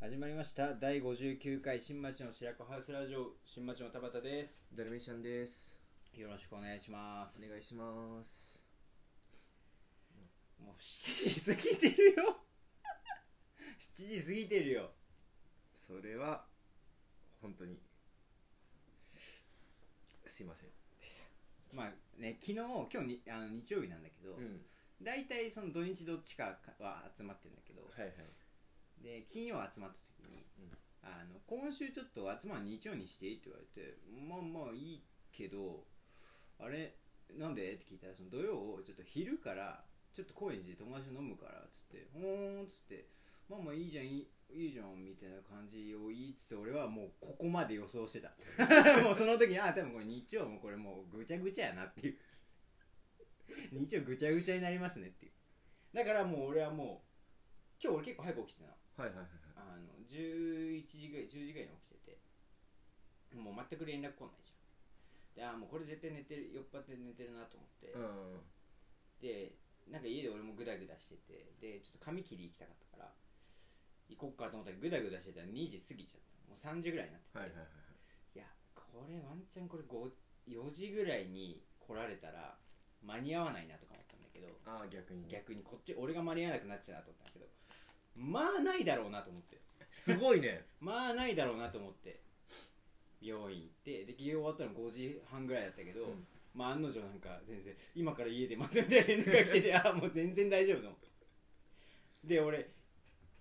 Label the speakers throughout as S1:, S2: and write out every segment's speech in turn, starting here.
S1: 始まりました第59回新町の白子ハウスラジオ新町の田畑です
S2: ダルメシアンです
S1: よろしくお願いします
S2: お願いします
S1: もう7時過ぎてるよ 7時過ぎてるよ
S2: それは本当にすいません
S1: まあね昨日今日にあの日曜日なんだけど、
S2: ん
S1: 大体その土日どっちかは集まってるんだけど、
S2: はいはい
S1: で金曜集まった時に、
S2: うん
S1: あの今週ちょっと集まる日曜にしていいって言われてまあまあいいけどあれなんでって聞いたらその土曜をちょっと昼からちょっと高円寺で友達と飲むからっつってほーんっつってまあまあいいじゃんいいいいじゃんみたいな感じをいいっつって俺はもうここまで予想 してたもうその時にあ多分これ日曜もこれもうぐちゃぐちゃやなっていう日曜ぐちゃぐちゃになりますねっていうだからもう俺はもう今日俺結構早く起きてたの
S2: はいはいはい
S1: あの11時ぐらい10時ぐらいに起きててもう全く連絡来ないじゃんであーもうこれ絶対寝てる酔っ払って寝てるなと思って、
S2: うん
S1: でなんか家で俺もグダグダしててでちょっと髪切り行きたかったから行こっかと思ったけどグダグダしてたら2時過ぎちゃったもう3時ぐらいになってて、
S2: はいはいはい
S1: いやこれワンチャンこれ4時ぐらいに来られたら間に合わないなとか思ったんだけど
S2: ああ逆に
S1: 逆にこっち俺が間に合わなくなっちゃうなと思ったんだけどまあないだろうなと思って
S2: すごいね
S1: まあないだろうなと思って病院行ってで起業終わったの5時半ぐらいだったけど、
S2: うん
S1: まあ案の定なんか先生今から家出ますみたいな連絡が来ててああもう全然大丈夫と思ってで俺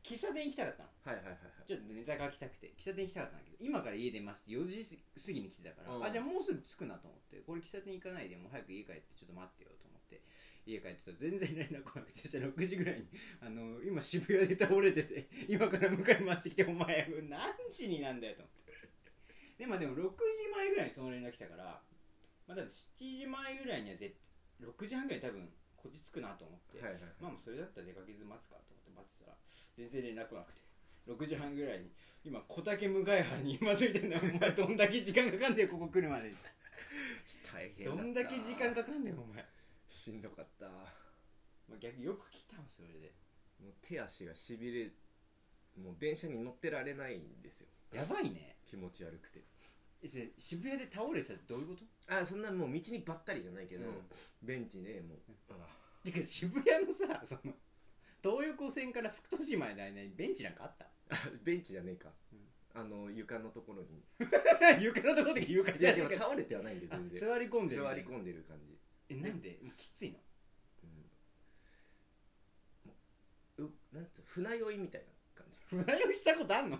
S1: 喫茶店行きたかったの
S2: はいはいはいはい
S1: ちょっとネタ書きたくて喫茶店行きたかったんだけど今から家出ますって4時過ぎに来てたから、
S2: うん
S1: あじゃあもうすぐ着くなと思ってこれ喫茶店行かないでもう早く家帰ってちょっと待ってよと思って家帰ってたら全然連絡来なくてそしたら6時ぐらいに「あの今渋谷で倒れてて今から迎えます」って来て「お前何時になんだよ」と思ってで,、まあ、でも6時前ぐらいにその連絡来たから、まあ、多分7時前ぐらいには絶6時半ぐらいに多分こっち着くなと思って、
S2: はいはい
S1: まあもうそれだったら出かけず待つかと思って待ってたら全然連絡来なくて6時半ぐらいに今小竹向原にいますみたいなお前どんだけ時間かかんねよここ来るまで
S2: 大変だ
S1: ど
S2: った
S1: んだけ時間かかんねよお前、
S2: しんどかったも
S1: まあ、逆によく来たわそれで
S2: う手足がしびれもう電車に乗ってられないんですよ
S1: やばいね
S2: 気持ち悪くて
S1: えそれ渋谷で倒れてたってどういうこと
S2: あーそんなもう道にばったりじゃないけど、
S1: うん
S2: ベンチでもううわ
S1: てか渋谷のさその東横線から福都島への間にベンチなんかあった
S2: ベンチじゃねえか、あの床のところに
S1: 床のところで床
S2: い
S1: じゃ
S2: や
S1: ね
S2: でも
S1: えか
S2: 倒れてはないんで
S1: あ
S2: 全然
S1: 座り込んでる
S2: 座り込んでる感じ、
S1: えなんでもうきついの
S2: うん、うなんつう船酔いみたいな感じ
S1: 船酔いしたことあんの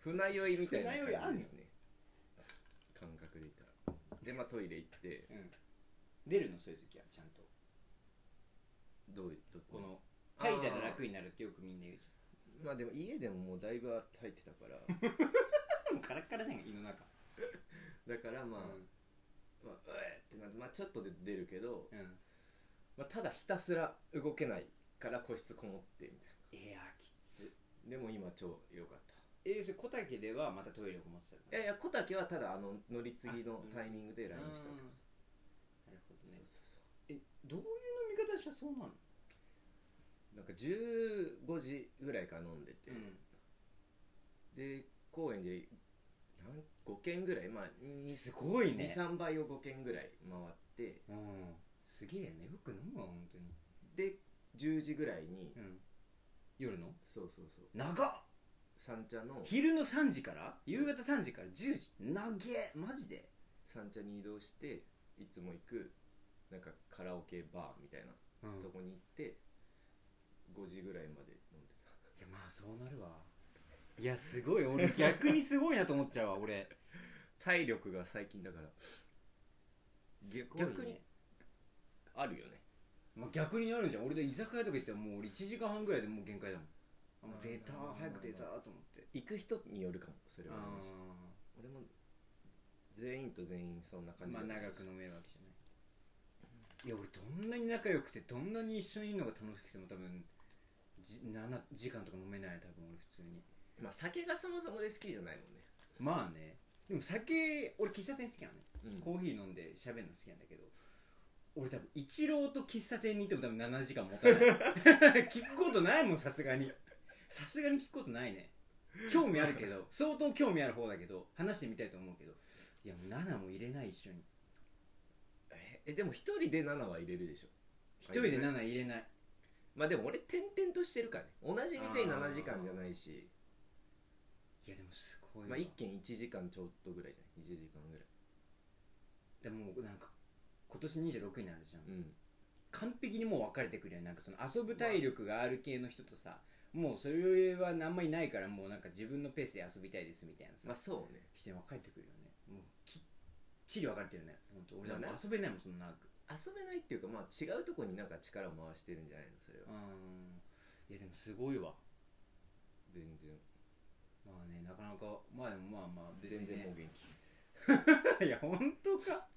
S2: 船酔いみたいな
S1: 船酔いあん
S2: 感
S1: の
S2: じですね感覚でいたらでまあトイレ行って
S1: うん出るのそういう時はちゃんと
S2: どうど
S1: この
S2: あ
S1: 吐
S2: ー
S1: いたら楽になるってよくみんな言うじ
S2: まあでも家でももうだいぶ入ってたから
S1: ゃんでもカラッカラじゃん胃の中
S2: だからまあ、
S1: うん
S2: まあ、うえってなって、まあ、ちょっとで出るけど、
S1: うん
S2: まあ、ただひたすら動けないから個室こもってみたい
S1: いやーきつ
S2: なでも今超良かった
S1: えそれ小竹ではまたトイレをこもって
S2: い
S1: た
S2: やいや小竹はただあの乗り継ぎのタイミングで LINE
S1: の
S2: した
S1: うん
S2: けど
S1: なるほど
S2: そう
S1: ね
S2: そうそ
S1: えどういう飲み方したらそうなの
S2: うなんか15時ぐらいから飲んでて、
S1: うん
S2: で公園でなん5軒ぐらいまあ23
S1: すごい、ね
S2: 3倍を5軒ぐらい回って
S1: うんすげえねよく飲むわ本当に
S2: で10時ぐらいに、
S1: うん夜の
S2: そうそうそう
S1: 長っ
S2: 三茶の
S1: 昼の3時から夕方3時から10時長えマジで
S2: 三茶に移動していつも行くなんかカラオケバーみたいな
S1: う
S2: とこに行って、5時ぐらいまで飲んでた
S1: いやまあそうなるわいやすごい俺逆にすごいなと思っちゃうわ俺
S2: 体力が最近だから
S1: すごい
S2: 逆にあるよね
S1: まあ、逆になるじゃん俺で居酒屋とか行ったらもう俺1時間半ぐらいでもう限界だもんあもう出た
S2: まあまあまあ
S1: 早く出たと思って
S2: 行く人によるかもそれはあります
S1: あ
S2: 俺も全員と全員そんな
S1: ー
S2: 感じ
S1: ま
S2: だ
S1: あ
S2: った
S1: 長く飲めるわけじゃないいや俺どんなに仲良くてどんなに一緒にいるのが楽しくても多分じ7時間とか飲めない多分俺普通に
S2: まあ酒がそもそもで好きじゃないもんね
S1: まあねでも酒俺喫茶店好きなのね
S2: うん
S1: コーヒー飲んで喋るの好きなんだけど俺多分一郎と喫茶店にいても多分7時間持たない聞くことないもんさすがにさすがに聞くことないね興味あるけど相当興味ある方だけど話してみたいと思うけどいやもう7も入れない一緒に
S2: ええでも一人で7は入れるでしょ
S1: 一人で7入れない
S2: まあでも俺転々としてるからね同じ店に7時間じゃないし
S1: いやでもすごいわ
S2: まあ1軒1時間ちょっとぐらいじゃない1時間ぐらい
S1: でもなんか今年26になるじゃん、
S2: うん
S1: 完璧にもう分かれてくるよねなんかその遊ぶ体力がある系の人とさもうそれはあんまりないからもうなんか自分のペースで遊びたいですみたいなさ、
S2: まあそうね
S1: 人に分かれてくるよねもうきっちり分かれてるね本当俺だ
S2: ま
S1: も
S2: あね
S1: う遊べないもんそんな長く
S2: 遊べないっていうかまあ違うとこになんか力を回してるんじゃないのそれは
S1: うんいやでもすごいわ
S2: 全然
S1: まあねなかなかまあでもまあまあ別に、
S2: 全
S1: ね、
S2: 然もう元 気
S1: いや本当か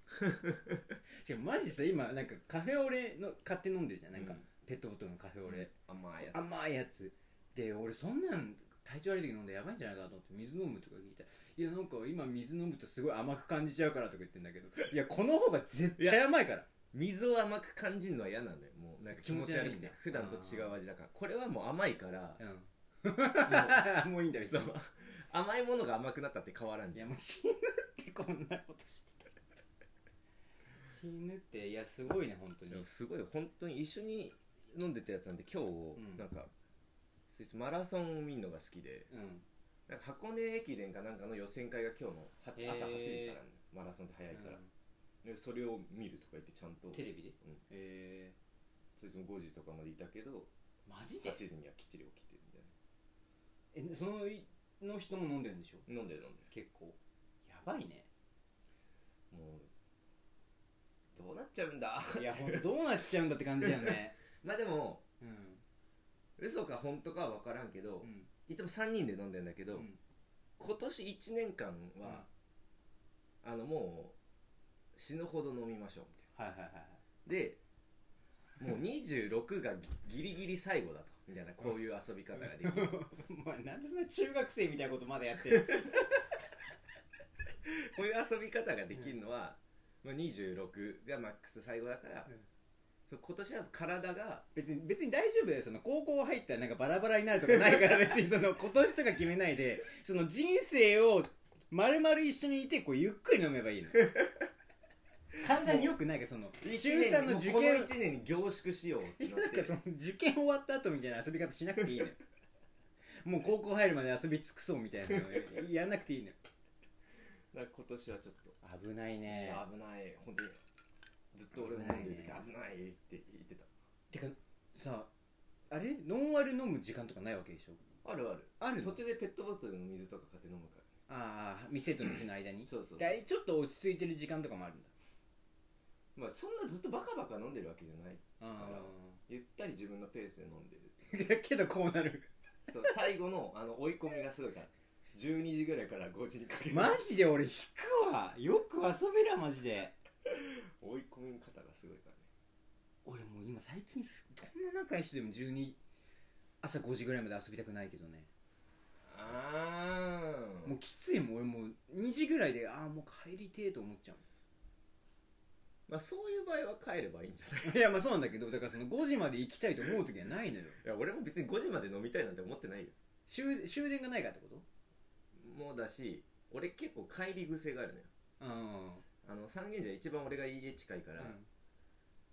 S1: しかもマジさ今なんかカフェオレの買って飲んでるじゃんなんか、
S2: うん
S1: ペットボトルのカフェオレ、
S2: 甘いやつ
S1: 甘いやつで俺そんなん体調悪い時飲んでやばいんじゃないかなと思って水飲むとか聞いたらいやなんか今水飲むとすごい甘く感じちゃうからとか言ってんだけどいやこの方が絶対甘いから
S2: 水を甘く感じるのは嫌なんだよもうなんか気持ち
S1: 気
S2: 悪
S1: 持ち悪
S2: く
S1: いんだ
S2: て普段と違う味だからこれはもう甘いからも
S1: うんもういいんだよ
S2: うそう甘いものが甘くなったって変わらん
S1: い
S2: じゃ
S1: や
S2: ん
S1: もう死ぬってこんなことしてたら死ぬっていやすごいね本当に
S2: でもすごい本当に一緒に飲んでたやつなんで今日
S1: ん
S2: なんか、そいつマラソンを見るのが好きで
S1: うん
S2: なんか箱根駅伝かなんかの予選会が今日のは
S1: へー
S2: 朝8時からなんだよマラソンって早いから、でそれを見るとか言ってちゃんと
S1: テレビで
S2: うん
S1: え
S2: そいつも5時とかまでいたけど
S1: ーマジで
S2: 8時にはきっちり起きてるみたい
S1: えそのの人も飲んでるんでしょ
S2: な飲んでる飲んで
S1: 結構やばいね
S2: るもうどうなっちゃうんだ
S1: いや本当どうなっちゃうんだって感じだよね
S2: まあでも
S1: うん、
S2: 嘘か本当かは分からんけど、いつも3人で飲んでんだけど、
S1: うん
S2: 今年1年間は、あのもう死ぬほど飲みましょうみたいな
S1: はいはいはいはい
S2: でもう26がギリギリ最後だとみたいなこういう遊び方ができ る
S1: お前なんでそんな中学生みたいなことまだやってる
S2: こういう遊び方ができるのは、まあ、26がマックス最後だから、今年は体が
S1: 別に別に大丈夫だよその高校入ったらなんかバラバラになるとかない から別にその今年とか決めないでその人生を丸々一緒にいてこうゆっくり飲めばいいの体によくないかその中3の受
S2: もうこ
S1: 験
S2: の1年に凝縮しようって な
S1: なんか
S2: っ
S1: そ
S2: て
S1: の受験終わった後みたいな遊び方しなくていいのよもう高校入るまで遊び尽くそうみたいなのやんなくていいのよ
S2: だから今年はちょっと、
S1: 危ないね
S2: 危ない本当にずっと俺が飲んでる時
S1: 危ないね
S2: 危ないって言ってた
S1: てかさあれノンアル飲む時間とかないわけでしょ
S2: あるある
S1: あるの
S2: 途中でペットボトルの水とか買って飲むから
S1: ああ店と店の間に
S2: そうそうそう
S1: だいちょっと落ち着いてる時間とかもあるんだ
S2: まあそんなずっとバカバカ飲んでるわけじゃない
S1: あ
S2: ゆったり自分のペースで飲んでる
S1: あ けどこうなる
S2: そう最後のあの追い込みがすごいから12時ぐらいから5時にかけて
S1: マジで俺引くわよく遊べらマジで
S2: 追い込み方がすごいからね
S1: 俺もう今最近すどんな仲いい人でも12朝5時ぐらいまで遊びたくないけどね
S2: あ
S1: もうきついもん俺もう2時ぐらいでああもう帰りてえと思っちゃう
S2: まあそういう場合は帰ればいいんじゃな
S1: い
S2: い
S1: やまあそうなんだ けどだからその5時まで行きたいと思う時はないのよ
S2: いや俺も別に5時まで飲みたいなんて思ってないよ
S1: 終終電がないからってこと
S2: もうだし俺結構帰り癖があるのよ
S1: うん
S2: あの三軒茶屋一番俺が家近いから、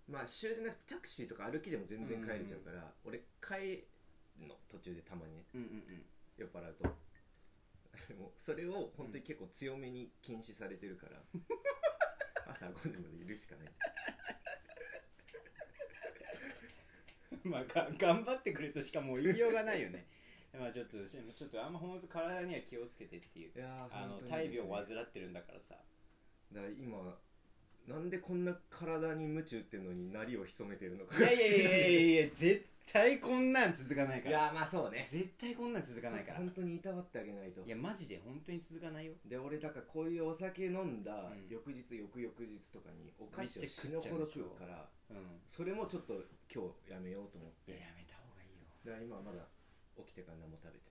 S2: まあ終電なくてタクシーとか歩きでも全然帰れちゃうから、俺帰るの途中でたまにね
S1: うんうんうん
S2: 酔っ払うと もうそれを本当に結構強めに禁止されて るから、朝5時までいるしかない
S1: うん まあが頑張ってくれとしかもう言いようがないよね まあちょっとしちょっとあんま本当体には気をつけてっていう
S2: いや
S1: あの大病を
S2: わ
S1: 患
S2: ず
S1: ってるんだからさ
S2: だから今なんでこんな体に鞭打ってんのになりを潜めてるのか
S1: いやいやいやいやいや絶対こんなん続かないか
S2: い
S1: ら
S2: やまあそうね
S1: 絶対こんなん続かないから
S2: 本当にいたわってあげないと
S1: いやマジで本当に続かないよ
S2: で俺だからこういうお酒飲んだ
S1: うん
S2: 翌日、翌々日とかにお菓子を
S1: めっちゃ
S2: 死
S1: 食
S2: ぬ
S1: っちゃ
S2: ほ
S1: う
S2: ど
S1: でし
S2: 食
S1: ょ
S2: うから
S1: うん
S2: それもちょっと今日やめようと思っ
S1: いやや
S2: て
S1: めた方がいいよ
S2: だから今はまだ起きてから何も食べて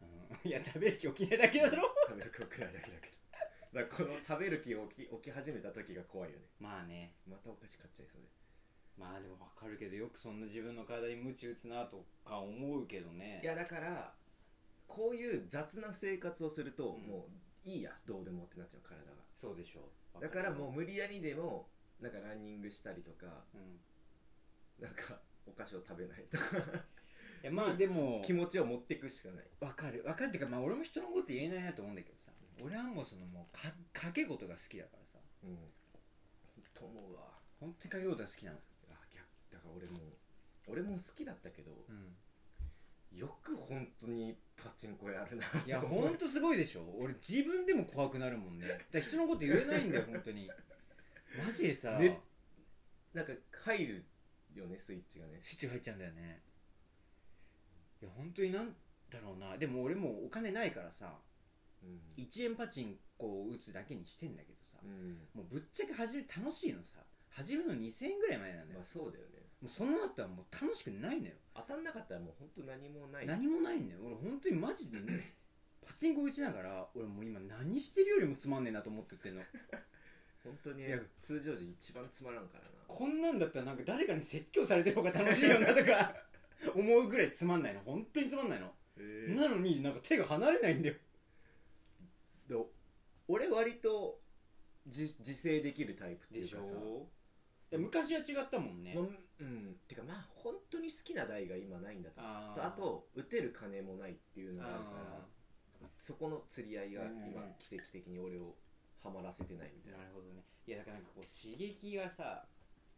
S2: ない
S1: うんい や食べる気起きないだけだろ
S2: 食べる気くらいだけだけどだ からこの食べる気を起き起き始めた時が怖いよね
S1: まあね
S2: またお菓子買っちゃいそうで
S1: まあでも分かるけどよくそんな自分の体に鞭打つなとか思うけどね
S2: いやだからこういう雑な生活をすると、
S1: うん
S2: もういいやどうでもってなっちゃう体が
S1: そうでしょう
S2: だからもう無理やりでもなんかランニングしたりとか
S1: う、ん、
S2: なんかお菓子を食べない とか
S1: いやまあでも
S2: 気持ちを持っていくしかない
S1: 分かる分かるっていうかまあ俺も人のこと言えないなと思うんだけどさ俺はもうそのもうか賭け事が好きだからさ
S2: うんと思うわ
S1: 本当に賭け事が好きなの
S2: あ逆だから俺も俺も好きだったけど、
S1: うん
S2: よく本当にパチンコやるなと
S1: いや
S2: 思う
S1: ほんとすごいでしょ俺自分でも怖くなるもんねだから人のこと言えないんだよ本当にマジでさ、
S2: ねなんか入るよねスイッチがね
S1: スイッチが入っちゃうんだよねいや本当になんだろうなでも俺もうお金ないからさ
S2: うん
S1: 1円パチンコを打つだけにしてんだけどさ
S2: うん
S1: もうぶっちゃけ始め楽しいのさ始めるの2000円ぐらい前なんだよ、
S2: まあそうだよね
S1: もうその後はもう楽しくないのよ、
S2: 当たんなかったらもう本当何もない
S1: 何もないんだよ俺本当にマジでねパチンコ打ちながら俺もう今何してるよりもつまんねえなと思ってってんの
S2: 本当に
S1: いや
S2: 通常時一番つまらんからな
S1: こんなんだったらなんか誰かに説教されてる方が楽しいよなとか 思うぐらいつまんないの本当につまんないの、
S2: え
S1: なのになんか手が離れないんだよ
S2: 俺割と自自制できるタイプっていうかさ
S1: いや昔は違ったもんね、
S2: もううんてかまあ本当に好きな台が今ないんだと
S1: あ
S2: あと打てる金もないっていうのがあるからそこの釣り合いが今
S1: うん
S2: 奇跡的に俺をハマらせてないみたいな
S1: なるほどねいやだからなんかこう刺激がさ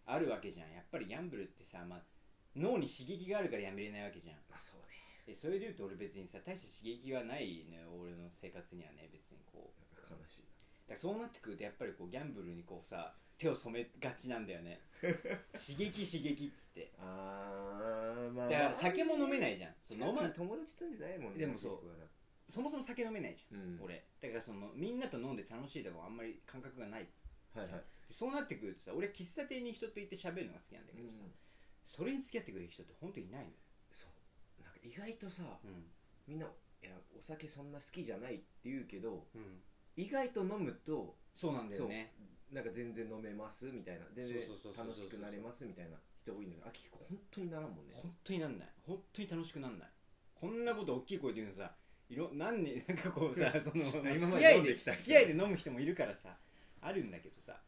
S1: あるわけじゃんやっぱりギャンブルってさ、まあ、脳に刺激があるからやめれないわけじゃん
S2: まあそうね
S1: でそれでいうと俺別にさ大した刺激はないね俺の生活にはね別にこう
S2: なんか悲しい
S1: だからそうなってくるとやっぱりこうギャンブルにこうさ手を染めがちなんだよ ね刺激刺激っつって
S2: なあーま
S1: だから酒も飲めないじゃんそ
S2: 近
S1: の飲
S2: く
S1: ま
S2: に友達住んでないもんね
S1: でもそう
S2: 結局はな
S1: そもそも酒飲めないじゃ
S2: うん
S1: ん、俺だからそのみんなと飲んで楽しいとかあんまり感覚がない
S2: はいはい
S1: でそうなってくるとさ俺喫茶店に人と行って喋るのが好きなんだけどさ、
S2: うん
S1: それに付き合ってくれる人って本当にいないのよ、
S2: そうなんか意外とさ
S1: う
S2: みんないやお酒そんな好きじゃないって言うけど
S1: ん
S2: 意外と飲むと
S1: そうなんだよね
S2: なんか全然飲めますみたいな全然
S1: そうそうそうそうそう
S2: 楽しくなれますみたいな人多いんだけどあきこ本当にならんもんね
S1: 本当になんない本当に楽しくなんないこんなこと大きい声で言うのさいろ何年なんかこうさそのまあ付
S2: 今ま
S1: き合
S2: で飲
S1: い
S2: ん
S1: で
S2: できた人
S1: 付き合いで飲む人もいるからさあるんだけどさ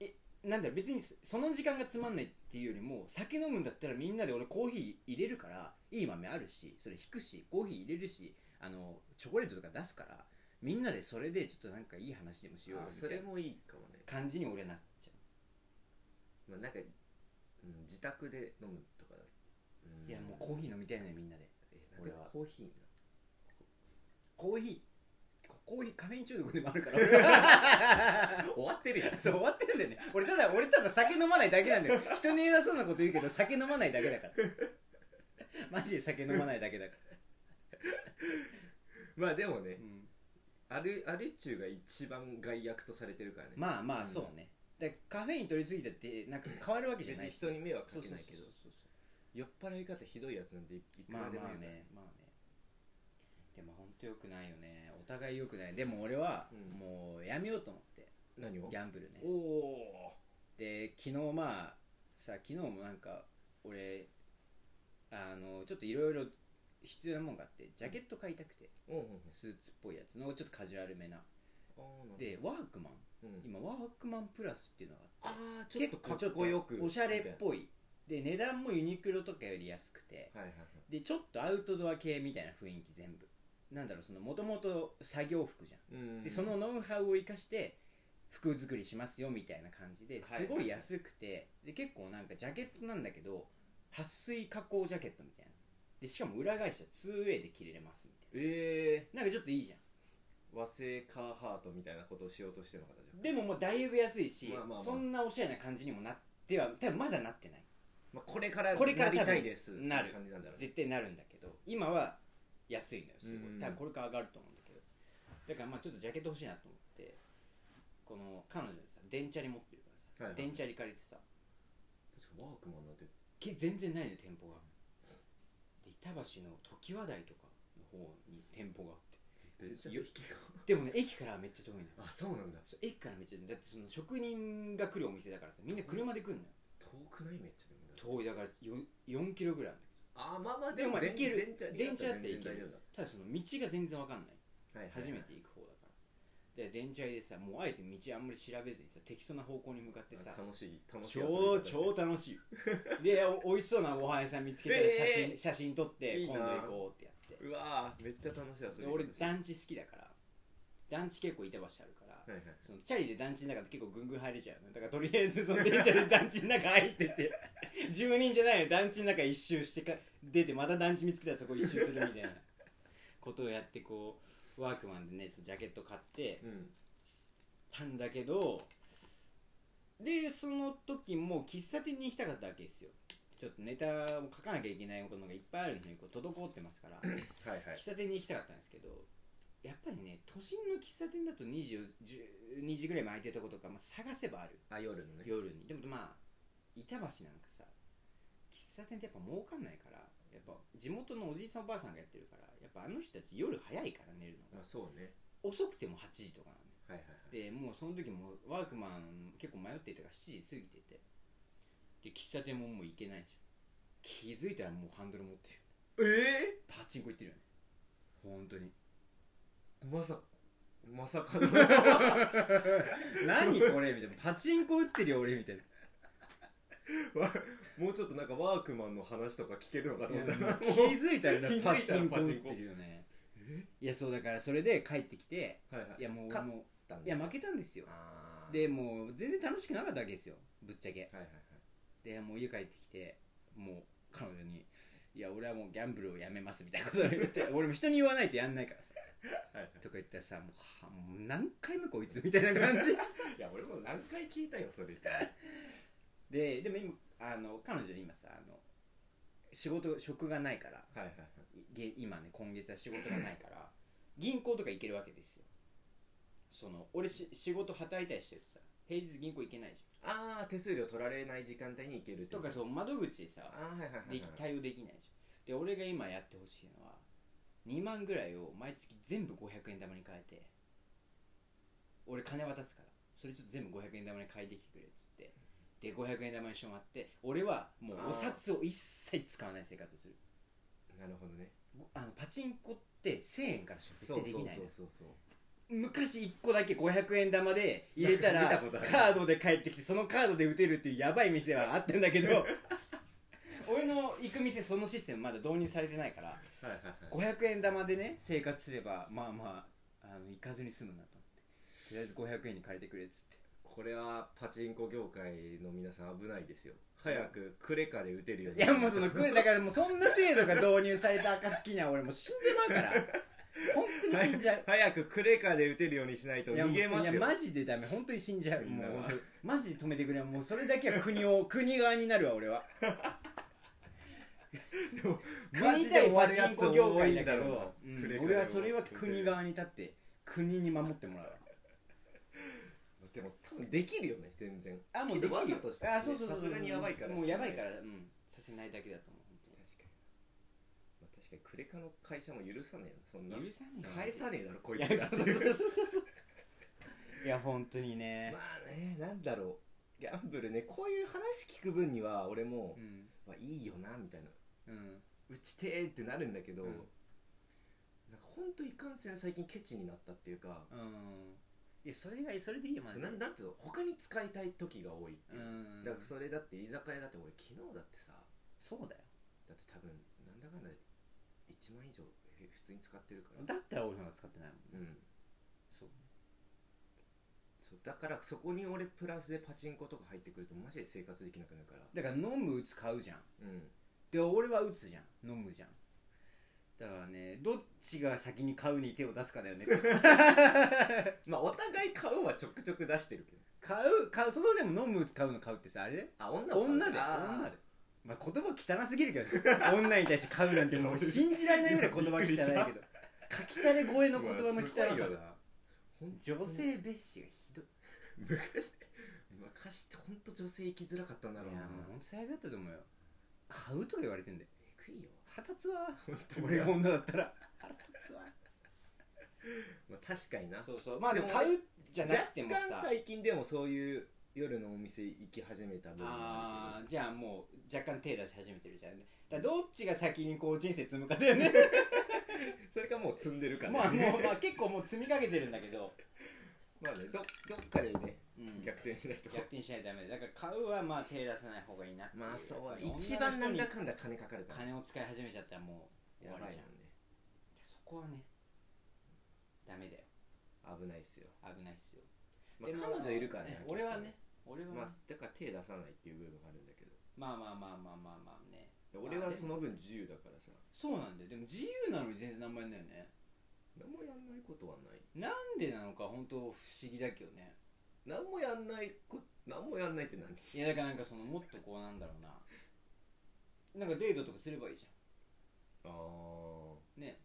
S1: えなんだろう別にその時間がつまんないっていうよりも酒飲むんだったらみんなで俺コーヒー入れるからいい豆あるしそれ引くしコーヒー入れるしあのチョコレートとか出すからみんなでそれでちょっとなんかいい話でもしようよ
S2: あ
S1: み
S2: そ
S1: たい
S2: れ
S1: な
S2: もいいかもね、
S1: 感じに俺なっちゃう
S2: まあ、なんか、うん、自宅で飲むとかだ、ん
S1: いやもうコーヒー飲みたいのよみんなで
S2: えなん
S1: 俺
S2: で
S1: は
S2: コーヒーな
S1: コーヒーコーヒーカフェイン中毒でもあるから
S2: 終わってるやん
S1: そう終わってるんだよね俺ただ俺ただ酒飲まないだけなんだよ人に偉そうなこと言うけど酒飲まないだけだからマジで酒飲まないだけだか
S2: まあでも
S1: ら、
S2: ねアルアルチューが一番害悪とされてるからね
S1: まあまあそうね、でカフェイン取りすぎたってなんか変わるわけじゃ
S2: 別
S1: な
S2: に
S1: い
S2: 人に迷惑
S1: そ
S2: か
S1: う
S2: け
S1: そうそう
S2: ない
S1: そ
S2: けど
S1: う
S2: 酔っ払い方ひどいやつなんていいく
S1: まあ
S2: らでも
S1: ま
S2: い
S1: あ
S2: るから
S1: ねまあねでも本当よくないよねお互いよくないでも俺は
S2: うん
S1: もうやめようと思って
S2: 何を
S1: ギャンブルね
S2: おお
S1: で昨日まあさ昨日もなんか俺あのちょっといろいろ必要なもんがあってジャケット買いたくて
S2: ーうんうんうん
S1: スーツっぽいやつのちょっとカジュアルめな
S2: あーなるほど
S1: でワークマン
S2: うん
S1: 今ワークマンプラスっていうのが
S2: ああちょっ
S1: 結
S2: と
S1: 構
S2: か
S1: ちょ
S2: っこよく
S1: おしゃれっぽいで値段もユニクロとかより安くて
S2: はいはいはい
S1: でちょっとアウトドア系みたいな雰囲気全部なんだろうそのもともと作業服じゃん
S2: うん
S1: でそのノウハウを生かして服作りしますよみたいな感じで
S2: はい
S1: すごい安くて、で結構なんかジャケットなんだけど撥水加工ジャケットみたいなでしかも裏返した 2way で着れれますみたい
S2: え
S1: ななんかちょっといいじゃん
S2: ー、和製カーハートみたいなことをしようとしてるのかなじゃあ
S1: でももうだいぶ安いし、
S2: まあまあまあ
S1: そんなおしゃれな感じにもなっては多分まだなってない
S2: まあ、これから
S1: これから多
S2: なりた
S1: 分
S2: いです
S1: なる
S2: 感じなんだろうね
S1: 絶対なるんだけど今は安いのよすご
S2: うん
S1: い多分これから上がると思うんだけどだからまあちょっとジャケット欲しいなと思ってこの彼女にさ電チャリ持ってるからさ、
S2: はいはい
S1: 電チャリ借りてさ
S2: 確かワークマンなんて
S1: け全然ないのよ店舗がで板橋の常盤台とかの方に店舗があって
S2: 電車
S1: と
S2: で
S1: 引
S2: 引け
S1: でもね駅からはめっちゃ遠いのよ
S2: あそうなんだ
S1: そう駅からめっちゃ遠いだってその職人が来るお店だからさみんな車で来るのよ
S2: 遠くないめっちゃでもね
S1: 遠いだから 4, 4キロぐらいあるんだ
S2: あーまあまあ
S1: でもまあ
S2: 電
S1: 行ける電
S2: 電車
S1: 車って行けるけ
S2: 電
S1: どただその道が全然わかんない
S2: 車はい
S1: 初めて行く方だからで電車でさもうあえて道あんまり調べずにさ適当な方向に向かってさ
S2: 楽しい楽しい遊び
S1: 超
S2: 方して
S1: 超楽しいよでお美味しそうなご飯屋さん見つけたら写真,、
S2: えー
S1: 写真撮って
S2: いい
S1: 今
S2: な
S1: 度行こうってやって
S2: うわーめっちゃ楽しい遊び
S1: で
S2: 方
S1: 俺
S2: して
S1: 団地好きだから団地結構板橋あるから、
S2: はいはい
S1: そのチャリで団地の中で結構ぐんぐん入れちゃうのだからとりあえずその電車で団地の中入ってて住人じゃないの団地の中一周してか出てまた団地見つけたらそこ一周するみたいなことをやってこうワークマンでねそのジャケット買って
S2: うん
S1: たんだけどでその時もう喫茶店に行きたかったわけですよちょっとネタを書かなきゃいけないものがいっぱいあるのにこう滞ってますから
S2: はいはい
S1: 喫茶店に行きたかったんですけどやっぱりね都心の喫茶店だと20 12時ぐらいも空いてるとことか、まあ、探せばある
S2: あ夜のね
S1: 夜にでもまあ板橋なんかさ喫茶店ってやっぱ儲かんないからやっぱ地元のおじいさんおばあさんがやってるからやっぱあの人たち夜早いから寝るのが
S2: まあそうね
S1: 遅くても8時とかなの
S2: はいはい
S1: でもうその時もワークマン結構迷っていたから7時過ぎててで喫茶店ももう行けないでしょ気づいたらもうハンドル持ってるよ
S2: はい
S1: パチンコ行ってるよね本当に
S2: えーまさまさかの
S1: 何これみたいなパチンコ打ってるよ俺みたいな
S2: わもうちょっとなんかワークマンの話とか聞けるのかと思った
S1: いやも
S2: ら
S1: う気づいたら
S2: 気づい
S1: な
S2: たら
S1: パチンコ打ってるよねいやそうだからそれで帰ってきて
S2: はいはい
S1: いやもう俺
S2: 勝っ
S1: も
S2: たん
S1: い
S2: で
S1: や
S2: すか
S1: 負けたんですよ
S2: あー
S1: でもう全然楽しくなかったわけですよぶっちゃけ
S2: はいはいはい
S1: でもう家帰ってきてもう彼女に「いや俺はもうギャンブルをやめます」みたいなことを言って 俺も人に言わないとやんないからさ
S2: はいはい
S1: とか言ったらさもうはもう何回目こいつみたいな感じ
S2: いや俺も何回聞いたよ それ
S1: ででも今あの彼女に今さあの仕事職がないから
S2: はいはいはい
S1: げ今ね今月は仕事がないから銀行とか行けるわけですよその俺し仕事働いたりしてるとさ平日銀行行けないじ
S2: ああ手数料取られない時間帯に行けるって
S1: ゃんと
S2: こと
S1: かそう窓口でさ
S2: あーはいはいはいはい
S1: でき対応できないじゃんで俺が今やってほしいのは2万ぐらいを毎月全部500円玉に変えて俺金渡すからそれちょっと全部500円玉に変えてきてくれっつってで500円玉にしてもらって俺はもうお札を一切使わない生活をする
S2: なるほどね
S1: あのパチンコって1000円からしか絶対できないの
S2: そうそうそう
S1: 昔1個だけ500円玉で入れた
S2: 見た
S1: ら
S2: ことある
S1: カードで帰ってきてそのカードで打てるっていうやばい店はあったんだけ ど俺の行く店そのシステムまだ導入されてないから
S2: そうはいはいはい
S1: 500円玉でね生活すればまあまああの行かずに済むなと思ってとりあえず500円に借りてくれっつって
S2: これはパチンコ業界の皆さん危ないですよ早くクレカで打てるよう
S1: い
S2: に
S1: やもうそのくだからもうそんな制度が導入された暁には俺もう死んでまうから本当に死んじゃう
S2: 早くクレカで打てるようにしないと
S1: いや
S2: 逃げます
S1: いや
S2: よ
S1: マジでダメ本当に死んじゃう
S2: みん
S1: も
S2: な
S1: う
S2: は
S1: 本当にマジで止めてくれもうそれだけは国を国側になるわ俺は
S2: マジで終わるやつ多いん
S1: 国対パチンコ業界だ
S2: だろうなク
S1: け
S2: レ
S1: ど、
S2: カ
S1: うん、
S2: で
S1: 俺はそれは国側
S2: 打て
S1: に立って国に守ってもらうわ
S2: るでも多分できるよね全然
S1: あもう
S2: け
S1: で
S2: ど
S1: きるよ
S2: わざとして
S1: あそうそうそう
S2: さすがにやばいから
S1: もうやばいからうんさせないだけだと思う本当に
S2: 確かに、まあ、確かにクレカの会社も許さねえよそんな
S1: 許さねえよ
S2: 返さねえだろこい
S1: いや
S2: つ
S1: そう
S2: ら
S1: そう そうそうそういや本当にね、
S2: まあねなんだろうギャンブルねこういう話聞く分には俺も、
S1: うん
S2: まあ、いいよなみたいな
S1: うん
S2: 打ちてーってなるんだけど、
S1: うん
S2: なんかほんといかんせん最近ケチになったっていうか、
S1: うんいやそれがそれでいいよマジで
S2: ななんていうの他に使いたい時が多いっ
S1: う
S2: ていう、
S1: ん
S2: だからそれだって居酒屋だって俺昨日だってさだ
S1: そうだよ
S2: って多分なんだかんだ1万以上へ普通に使ってるから
S1: だったら俺の方が使ってないもんね
S2: うん
S1: そう
S2: そうだからそこに俺プラスでパチンコとか入ってくるとマジで生活できなくなるから
S1: だから飲む打つ買うじゃん
S2: うん
S1: で俺は打つじゃん飲むじゃんだからねどっちが先に買うに手を出すか だよね
S2: まあお互い買うはちょくちょく出してるけど
S1: 買う買うそのでも飲む打つ買うの買うってさあれね
S2: あ女を買う
S1: 女で
S2: あー
S1: 女でまあ、言葉汚すぎるけどね女に対して買うなんてもう信じられないぐらい言葉汚いけど
S2: 今
S1: 書
S2: び
S1: きたれ声の言葉
S2: う
S1: の
S2: わ
S1: 汚
S2: すご
S1: さ
S2: いよな本当に
S1: 女性蔑視がひどい
S2: 昔昔って本当女性行きづらかったんだろう
S1: い
S2: な
S1: やもう最悪だったと思うよ買うとか言われてんだよ
S2: えぐいよ
S1: 腹立つ わ
S2: 本
S1: 俺
S2: に
S1: が女だったら腹立つわ
S2: まあ確かにな
S1: そうそうまあでも
S2: でも
S1: 買うじゃなくても
S2: 若干
S1: さ
S2: 最近でもそういう夜のお店行き始めた部分があ
S1: あ
S2: る
S1: あじゃあもう若干手出し始めてるじゃんだからどっちが先にこう人生積むかだよね
S2: けどそれかもう積んでるから、ね、
S1: まあもう、まあ、結構もう積みかけてるんだけど、
S2: まあねどどっかでね
S1: うん
S2: 逆転しないと、
S1: 逆転しないとダメだだから買うはまあ手出さない方がいいなってい
S2: まあそうは
S1: やっぱり
S2: 一番なん
S1: 女
S2: だ
S1: の人
S2: かんだ金かかる
S1: に
S2: から
S1: 金を使い始めちゃったらもう終
S2: や
S1: わり
S2: ばい
S1: じ
S2: よ
S1: ゃん
S2: ね
S1: そこはねダメだよ
S2: 危ないっすよ、
S1: 危ないっすよ、
S2: まあ
S1: で、も
S2: 彼女いるからね
S1: 俺はね俺はね、
S2: まあだから手出さないっていう部分があるんだけど
S1: まあまあまあまあまあまあね
S2: で俺はその分自由だからさ
S1: そうなんだよでも自由なのに全然何もやんないよね
S2: 何もやんないことはない
S1: なんでなのか本当不思議だけどね
S2: 何もやんないこ何もやんないって何
S1: いやだからなんかそのもっとこうなんだろうななんかデートとかすればいいじ
S2: ああ
S1: ゃんね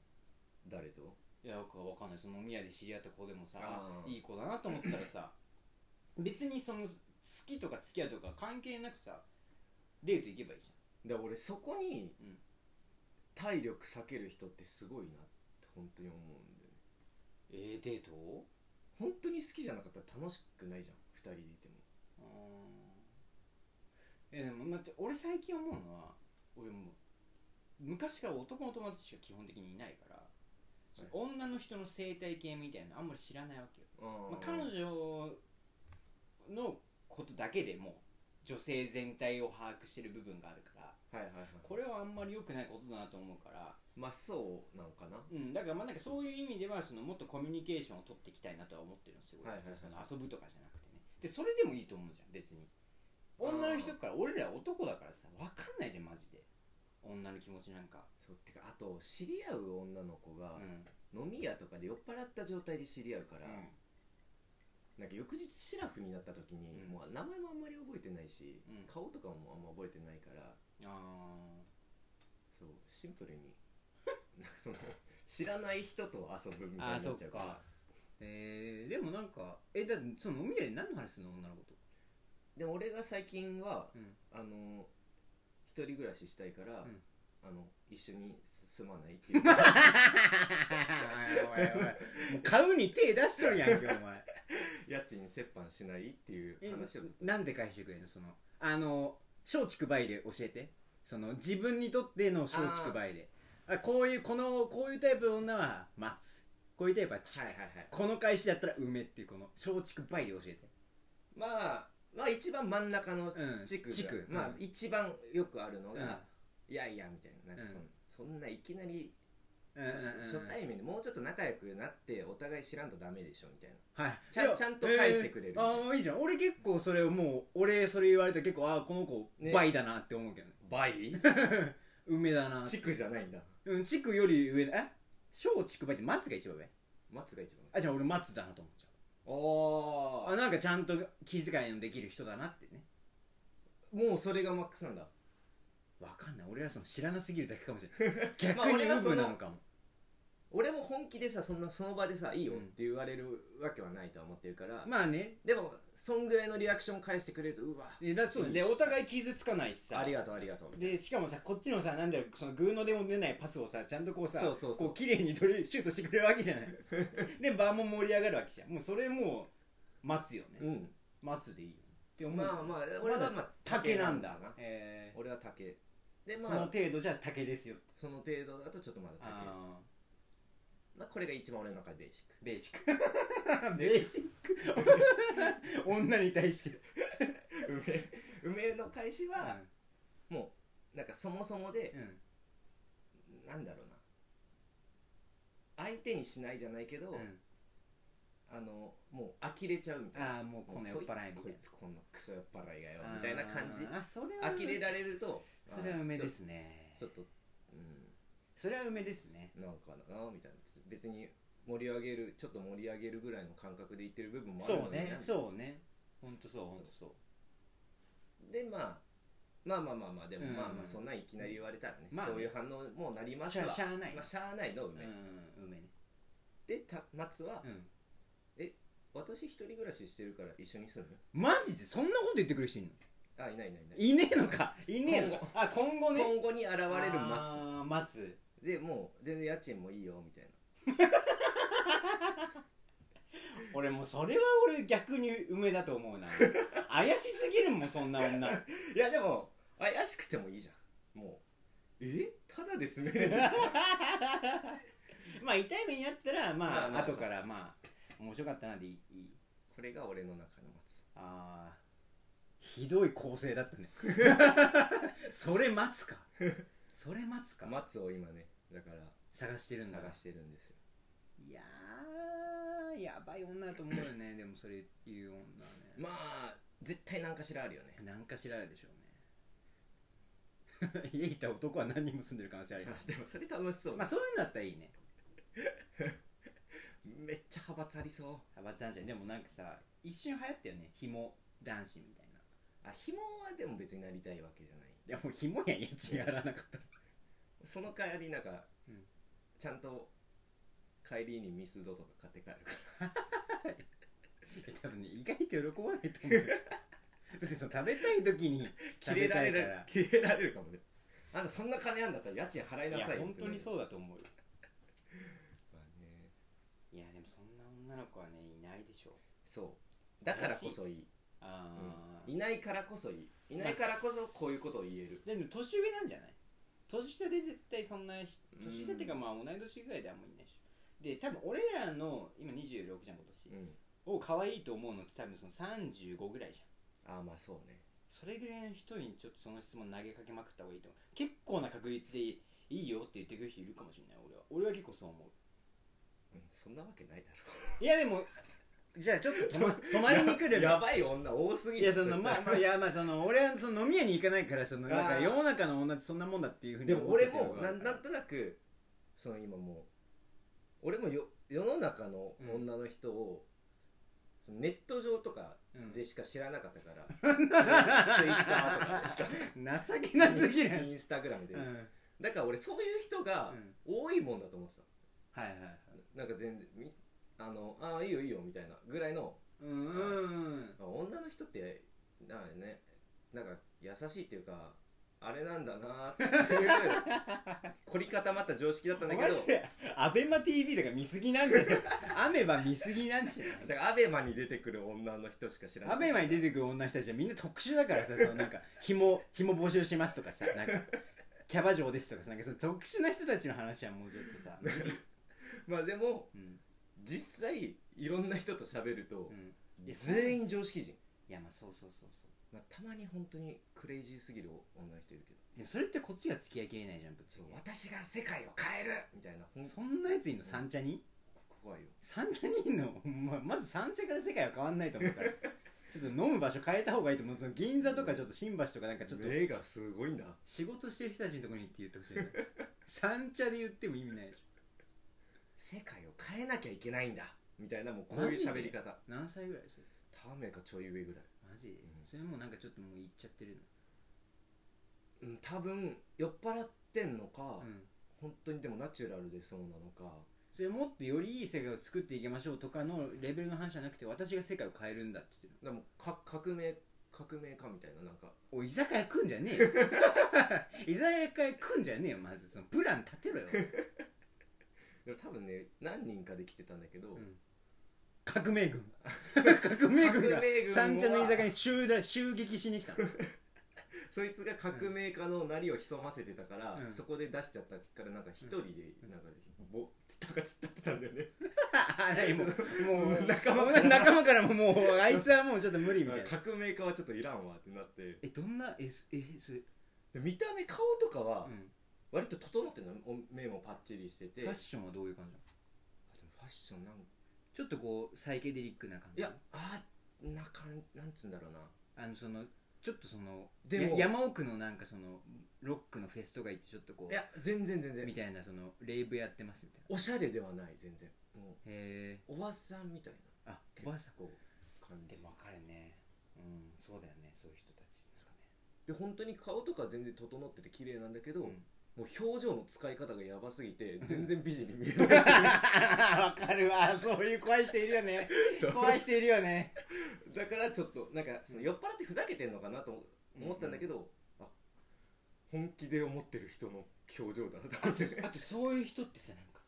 S2: 誰と
S1: いや僕は分かんないその宮で知り合った子でもさ
S2: あー
S1: いい子だなと思ったらさ別にその好きとか付き合うとか関係なくさデート行けばいいじ
S2: で俺そこに
S1: うん
S2: 体力避ける人ってすごいなって本当に思うんだよ
S1: ゃん
S2: ね
S1: えー、デートを
S2: 本当に好きじゃなかったら楽しくないじゃん二人でいても
S1: うーんえでも待って俺最近思うのは俺もう昔から男の友達しか基本的にいないから、その女の人の生態系みたいなのあんまり知らないわけよ、まあ、彼女のことだけでも女性全体を把握してる部分があるから
S2: はいはいはい
S1: これはあんまり良くないことだなと思うから、
S2: まあそうなのかな
S1: うん、だからまあなんかそういう意味ではそのもっとコミュニケーションを取っていきたいなとは思ってるんですよ、
S2: はいはいはい
S1: その遊ぶとかじゃなくてねでそれでもいいと思うじゃん別に女の人から俺ら男だからさ分かんないじゃんマジで女の気持ちなんか、
S2: そうてかあと知り合う女の
S1: う
S2: 子が
S1: ん
S2: 飲み屋とかで酔っ払った状態で知り合うから、
S1: う
S2: なんか翌日シラフになった時に、
S1: うん
S2: もう名前もあんまり覚えてないし、
S1: うん
S2: 顔とかもあんま覚えてないか
S1: ん、
S2: ら
S1: あ
S2: そうシンプルに なんかその知らない人と遊ぶみたいになっちゃうから
S1: えー、でもなんかえだってその飲み屋で何の話するの女の子と
S2: でも俺が最近は
S1: うん
S2: あの一人暮らししたいから、
S1: うん
S2: あの一緒にす住まないってい う
S1: おいおいおいもう買うに手出しとるやんけお前
S2: 家賃折半しないっていう話をずっと
S1: なんで返してくれるのそのあの松竹梅で教えてその自分にとっての松竹梅であこういうこのこういうタイプの女は待つこういうタイプはち、
S2: はいはいはい
S1: この返しだったら梅っていうこの松竹梅で教えて
S2: まあまあ一番真ん中の
S1: うん
S2: 地区が、
S1: 地区
S2: まあ
S1: うん
S2: 一番よくあるのが、
S1: うん
S2: いやいやみたいななんかその、
S1: うん
S2: そんないきなり
S1: うんうんうん
S2: 初初対面でもうちょっと仲良くなってお互い知らんとダメでしょみたいな
S1: はい
S2: ちゃん
S1: いや
S2: ちゃんと返してくれる
S1: えーああいいじゃん俺結構それをもう俺それ言われたら結構ああこの子
S2: ね
S1: 梅だなって思うけどね
S2: 倍
S1: 梅だな
S2: 地区じゃないんだ
S1: うん地区より上だえ松竹梅って松が一番上
S2: 松が一番
S1: あじゃあ俺松だなと思っちゃう
S2: お
S1: あなんかちゃんと気遣いのできる人だなってね
S2: もうそれがマックスなんだ
S1: わかんない俺らその知らなすぎるだけかもしれない 逆に
S2: 俺は
S1: ウ
S2: その
S1: ブなのかも、
S2: 俺も本気でさそんなその場でさいいよって言われるわけはないとは思ってるから、
S1: まあ、ね
S2: でもそんぐらいのリアクション返してくれるとうわ
S1: でだそうでお互い傷つかないしさ
S2: ありがとうありがとうみたいな
S1: でしかもさこっちのさなんだよそのグーのでも出ないパスをさちゃんとこうさ
S2: そうそうそう
S1: こう綺麗に取りシュートしてくれるわけじゃないで場も盛り上がるわけじゃんもうそれもう待つよね、
S2: うん
S1: 待つでいいよって思う、
S2: まあまあ俺はまあ
S1: 竹なんだ
S2: な
S1: え
S2: 俺は竹で
S1: ー
S2: ま
S1: その
S2: あ
S1: 程度じゃ竹ですよ
S2: その程度だとちょっとまだ竹
S1: あー
S2: まあ、これが一番俺の中でベーシック
S1: ベーシッ クベーシック女に対して
S2: 梅梅の返しは
S1: う
S2: もうなんかそもそもで
S1: んうん
S2: なんだろうな相手にしないじゃないけど、
S1: うん
S2: あのもう呆れちゃうみたいな
S1: ああもうこの酔っ払いみたい
S2: もうこい
S1: な
S2: つこんなクソ酔っ払いがよみたいな感じ
S1: あーそれは
S2: 呆れられると
S1: それは梅で
S2: あ
S1: すね
S2: ーちょちょっとう
S1: それは梅ですね
S2: んなんかなみたいなちょっと別に盛り上げるちょっと盛り上げるぐらいの感覚で言ってる部分もある
S1: そ
S2: の
S1: う
S2: に
S1: ね
S2: な
S1: そうねほんとそうほんとそう
S2: でまあまあまあまあまあでも
S1: うん
S2: まあまあそんなんいきなり言われたらね、
S1: まあね
S2: そういう反応もうなります
S1: しゃ
S2: わ
S1: しゃあない
S2: まあ、しゃあない
S1: う
S2: の梅、
S1: ん梅ね
S2: でた松は、
S1: うん
S2: 私一人暮らししてるから一緒に住む
S1: マジでそんなこと言ってくる人いるの
S2: あいないいないいない
S1: いねえのかいねえのかあ今後ね
S2: 今後に現れる
S1: あ
S2: 松
S1: ー松
S2: でもう全然家賃もいいよみたいな
S1: 俺もうそれは俺逆に梅だと思うな怪しすぎるもんそんな女
S2: いやでも怪しくてもいいじゃんもうえただで住めるんです
S1: まあ痛い目にあったらまあ、
S2: まあまあ
S1: 後からまあ面白かったなでいいいい
S2: これが俺の中の松
S1: あーひどい構成だった ねそれ待つかそれ待つか
S2: 松を今ねだから
S1: 探してるんだ
S2: 探してるんですよ
S1: いやーやばい女だと思うよねでもそれ言う女はね
S2: まあ絶対何かしらあるよね
S1: なんか知らないでしょ うね家いた男は何人も住んでる可能性あります
S2: でもそれ楽しそう、
S1: まあそういうのだったらいいね
S2: めっちゃ派閥ありそう
S1: 派閥男子でもなんかさ一瞬流行ったよね紐男子みたいな
S2: あ紐はでも別になりたいわけじゃない
S1: いやもう紐やんや違らなかった
S2: その代わりなんか、
S1: うん
S2: ちゃんと帰りにミスドとか買って帰る から
S1: いや多分ね意外と喜ばないと思う 別にその食べたい時に食
S2: 切れ
S1: べ
S2: ら
S1: たい
S2: れ
S1: か
S2: る
S1: ら
S2: 切れられるかもねあんたそんな金あんだったら家賃払い
S1: い
S2: な
S1: や
S2: さいよ
S1: 本当に
S2: う、
S1: そうだと思うよ
S2: まあね、
S1: いやでもそんな女の子はねいないでしょ
S2: そうだからこそいい、
S1: ああ、
S2: いないからこそいいいないからこそこういうことを言える
S1: でも年上なんじゃない年下で絶対そんな人
S2: うん
S1: 年下っていうかまあ同い年ぐらいであんまいないでしょで多分俺らの今26じゃん今年、
S2: ん
S1: を可愛いと思うのって多分その35ぐらいじゃん
S2: ああまあそうね
S1: それぐらいの人にちょっとその質問投げかけまくった方がいいと思う結構な確率でいいよって言ってくる人いるかもしれない俺は俺は結構そう思
S2: うんそんなわけないだ
S1: ういやでもじゃあちょっと泊ま泊
S2: ろ
S1: まりに来る
S2: やばい女多すぎ
S1: い
S2: る
S1: やその
S2: した
S1: ま
S2: ら
S1: あまあいやまあその俺はその飲み屋に行かないからそのなん
S2: あ
S1: か
S2: ー
S1: 世の中の女ってそんなもんだって いうふうに
S2: でも俺も
S1: 思って
S2: な
S1: た
S2: んなんとなくその今もう俺もよ世の中の女の人を、そのネット上とかでしか知らなかった から、ツイッターとかでしか
S1: 情けなすぎる
S2: インスタグラムで、
S1: うんうん
S2: だから俺そういう人が多いもんだと思ってた、
S1: はいはいはい
S2: なんか全然みあのああいいよいいよみたいなぐらいの
S1: うんうん
S2: あ女の人ってなんかねなんか優しいっていうかあれなんだなっていう凝り固まった常識だったんだ
S1: お
S2: け
S1: 前
S2: ど
S1: それアベマ t v とか見すぎなんじゃないアメバ見すぎなんじゃない
S2: だからアベマに出てくる女の人しか知らない
S1: アベマに出てくる女の人たちはみんな特殊だ からさそのなんか紐紐募集しますとかさなんかキャバ嬢ですとかさなんかその特殊な人たちの話はもうずっとさ、
S2: まあでも
S1: うん
S2: 実際いろんな人と喋ると
S1: う、ん、いや
S2: 全員常識人、
S1: いやまあそうそうそうそう
S2: まあ、たまに本当にクレイジーすぎる女の人いるけど
S1: でもそれってこっちが付き合いきれないじゃんぶっち
S2: そう
S1: ゃ
S2: 私が世界を変えるみたいなほん
S1: けそんなやついんの三茶に
S2: 怖いよ
S1: 三茶にいんのほんままず三茶から世界は変わんないと思うからちょっと飲む場所変えた方がいいと思うその銀座とかちょっと新橋とかなんかちょっと
S2: 目がすごいんだ
S1: 仕事してる人たちのところに行って言ってほしいね三茶で言っても意味ないでし
S2: 世界を変えなきゃいけないんだみたいなもうこう
S1: マ
S2: いう
S1: ジで
S2: 喋り方
S1: ょ何歳ぐらいでしょ
S2: ターメかちょい上ぐらい
S1: マジ、
S2: ん
S1: それもうなんかちょっともう行っちゃってる
S2: うん多分酔っ払ってんのか
S1: の、うん、
S2: 本当にでもナチュラルでそうなのか
S1: それもっとよりいい世界を作っていきましょうとかのレベルの話じゃなくて私が世界を変えるんだって言って
S2: でもか革命革命家みたいななんか
S1: るおい居酒屋来んじゃねえ よ居酒屋来んじゃねえよまずそのプラン立てろよ、
S2: でも多分ね何人かで来てたんだけど、
S1: うん革命軍 革命軍が
S2: 革命軍は
S1: 三茶の居酒屋に襲来襲撃しに来た の
S2: そいつが革命家のなりを潜ませてたから、
S1: うん
S2: そこで出しちゃったからなんか一人でなんかぼつったかつったってたんだよね
S1: あ何もうもう
S2: 仲間
S1: も
S2: か
S1: う
S2: ら
S1: 仲間からももうあいつはもうちょっと無理みたいな
S2: 革命家はちょっといらんわってなって
S1: えどんなえすえそれ、
S2: で見た目顔とかは
S1: うん
S2: 割と整ってるのお目もパッチリしてて
S1: ファッションはどういう感じなの
S2: あでもファッションなん
S1: ちょっとこうサイケデリックな感じ
S2: いやあなかんなんつうんだろうな
S1: あのそのちょっとその
S2: でも
S1: や山奥のなんかそのロックのフェスとか行ってちょっとこ
S2: いや全然全
S1: うみ
S2: 然
S1: たいなそのレイブやってますみたいな
S2: おしゃれではない全然も
S1: へえ
S2: うおばさんみたい
S1: あ
S2: な
S1: おばあさん
S2: こう感じ
S1: でも分かるねうんそうだよねそういう人たちですかね
S2: で本当に顔とか全然整ってて綺麗なんだけど、
S1: うん
S2: もう表情の使い方がやばすぎて全然美人に見えない
S1: わかるわそういう怖い人いるよね
S2: そう
S1: 怖い人いるよね
S2: だからちょっとなんかその酔っ払ってふざけてんのかなと思ったんだけど、あ本気で思ってる人の表情だなと思って
S1: あとそういう人ってさなんか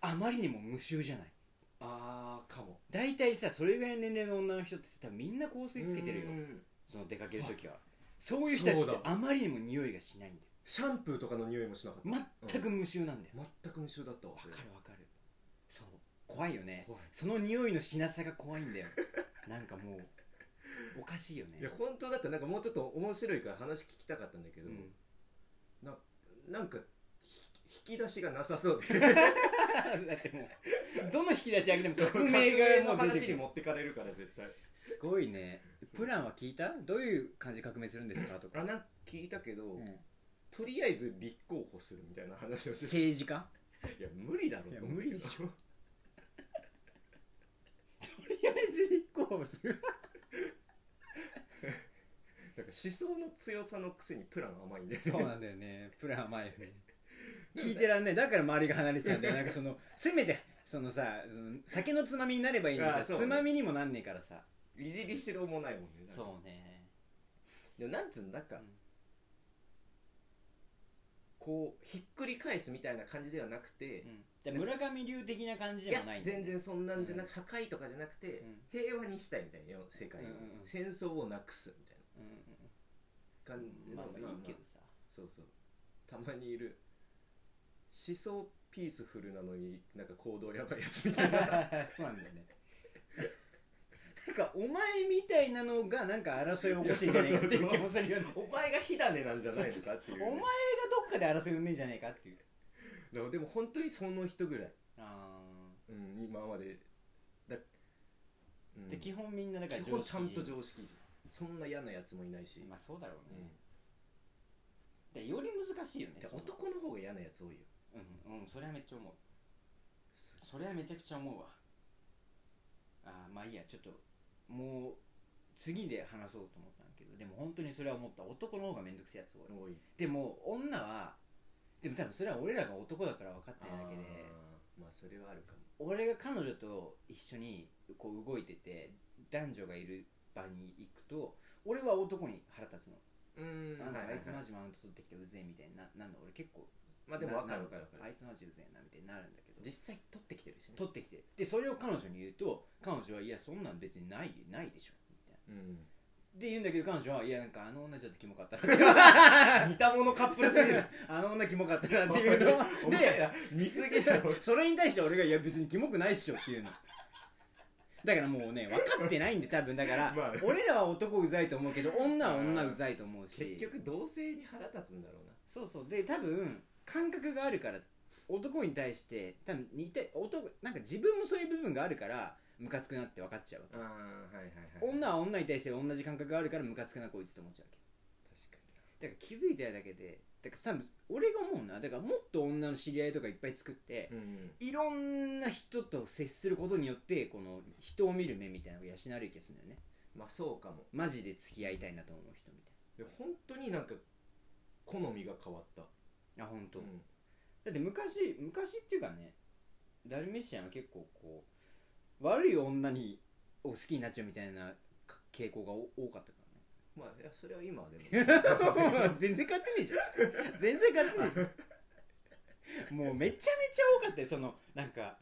S1: あまりにも無臭じゃない
S2: あかも
S1: 大体さそれぐらいの年齢の女の人ってさ多分みんな香水つけてるよ
S2: うん
S1: その出かける時はそういう人たちっ
S2: そう
S1: て
S2: だ
S1: あまりにも匂いがしないんだ
S2: シャンプーとかの匂いもしなかった
S1: よ全く無臭なんだよ
S2: 全く無臭だったわ
S1: わ
S2: それ
S1: かるわかるそう怖いよね
S2: 怖い
S1: その匂いのしなさが怖い んだよなんかもうおかしいよね
S2: いや本当だってなんかもうちょっと面白いから話聞きたかったんだけど、
S1: うん
S2: なんかひ引き出しがなさそうで
S1: だってもうどの引き出し上げても 革
S2: 革
S1: 命
S2: 命
S1: が
S2: の
S1: もう出てく
S2: 話に
S1: る
S2: 持ってかれるから絶対
S1: すごいねプランは聞いたどういう感じで革命するんですかと
S2: あ
S1: か、
S2: なんか聞いたけど、
S1: うん
S2: とりあえず立候補するみたいな話をして
S1: 政治家
S2: いや無理だろ
S1: いや
S2: と思うけ
S1: 無
S2: ど
S1: 理 でしょとりあえず立候補する
S2: なんか思想の強さのくせにプラン甘いんです
S1: そうなんだよねプランは前よね聞いてらんねえだから周りが離れちゃ うんだよなんかそのせめてそのさその酒のつまみになればいいのに
S2: あ
S1: さ、
S2: そうね
S1: つまみにもなんねえからさ
S2: いじりしろもないもんねなんか
S1: そうね
S2: でもなんつうのなんか、
S1: うん
S2: こうひっくり返すみたいな感じではなくて、
S1: で村上流的な感じ
S2: い
S1: で
S2: や
S1: もないんだよ
S2: 全
S1: ね
S2: 然そんなんじゃなく、破壊とかじゃなくて、平和にしたいみたいな世の世界を、
S1: うんうんうん
S2: 戦争をなくすみたい
S1: うんうん
S2: な感
S1: う
S2: じ
S1: んまあまあいいけど
S2: まあ
S1: さ
S2: そうそうたまにいる思想ピースフルなのになんか行動やばいやつみた い な
S1: そうなんだよねなんかお前みたいなのがなんか争いを起こしてんじゃねえかっていう気もするよね
S2: お前が火種なんじゃないのかっ てい
S1: お
S2: う、
S1: 前がどっかで争い生んねえんじゃねえかっていう
S2: でもでも本当にその人ぐらい、
S1: あ
S2: うん、今までだ、う
S1: ー
S2: ん
S1: で基本みんなだから
S2: 基本ちゃんと
S1: 人
S2: 常識人そんな嫌なやつもいないし、
S1: まあそうだろう
S2: う
S1: ね
S2: ん、
S1: でより難しいよね
S2: で
S1: その
S2: 男の方が嫌なやつ多いよ
S1: うんうんそれはめっちゃ思うそれはめちゃくちゃ思うわあーまあいいやちょっともう次で話そうと思ったんだけどでも本当にそれは思った男の方がめんどくせえやつ多い
S2: 多い
S1: でも女はでも多分それは俺らが男だから分かってるだけで
S2: あーまあそれはあるかも
S1: 俺が彼女と一緒にこう動いてて男女がいる場に行くと俺は男に腹立つの、
S2: うん
S1: なんかあいつマ
S2: ま
S1: ジマウント取ってきてうぜえみたいにななんだ俺結構
S2: あでも
S1: な
S2: 分か
S1: な
S2: る分かる分か
S1: あ
S2: る
S1: いつマジうぜえなみたいになるんだけど
S2: 実際取ってきてるしね
S1: 取ってきてでそれを彼女に言うと彼女はいやそんなん別にないないでしょみたいな
S2: うん
S1: で言うんだけど彼女はいやなんかあの女ちょっとキモかったな
S2: 似たものカップルすぎ る
S1: あの女キモかったなって いうの
S2: お
S1: で
S2: 前ら見すぎだろ
S1: それに対して俺が「いや別にキモくないっしょ」っていうのだからもうね分かってないんで多分だから、
S2: まあ
S1: 俺らは男うざいと思うけど女は女うざいと思うし
S2: 結局同性に腹立つんだろうな
S1: そうそうで多分感覚があるから男に対して多分似て男なんか自分もそういう部分があるからムカつくなって分かっちゃうわけ
S2: ああはいはいはい
S1: 女は女に対して同じ感覚があるからムカつくなこいつと思っちゃうわけ
S2: 確か
S1: だから気づいてるだけでだから多分俺が思うのはだからもっと女の知り合いとかいっぱい作って、
S2: にうん
S1: いろんな人と接することによってこの人を見る目みたいなのが養われる気がするんだよね
S2: まあそうかも
S1: マジで付き合いたいなと思う人みたい
S2: で本当になんか好みが変わった
S1: なあ本当、
S2: うん
S1: だって昔昔っていうかねダルメシアンは結構こう悪い女にを好きになっちゃうみたいなか傾向がお多かったか
S2: まあいやそれは今 はでも
S1: らね全然勝ってねえじゃん全然勝ってねえじゃんもうめちゃめちゃ多かったよそのなんか